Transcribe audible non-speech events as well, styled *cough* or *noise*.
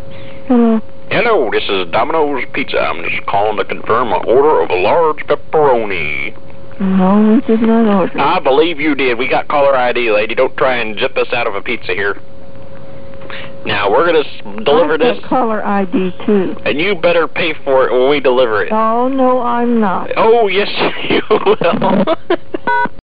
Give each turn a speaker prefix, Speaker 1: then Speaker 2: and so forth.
Speaker 1: Uh,
Speaker 2: Hello.
Speaker 1: Hello, this is Domino's Pizza. I'm just calling to confirm my order of a large pepperoni.
Speaker 2: No, we did not order.
Speaker 1: I believe you did. We got caller ID, lady. Don't try and zip us out of a pizza here. Now, we're going to deliver
Speaker 2: I've got
Speaker 1: this,
Speaker 2: caller ID too.
Speaker 1: and you better pay for it when we deliver it. *laughs*
Speaker 2: Oh no, I'm not. *laughs*
Speaker 1: Oh, yes, you will. *laughs*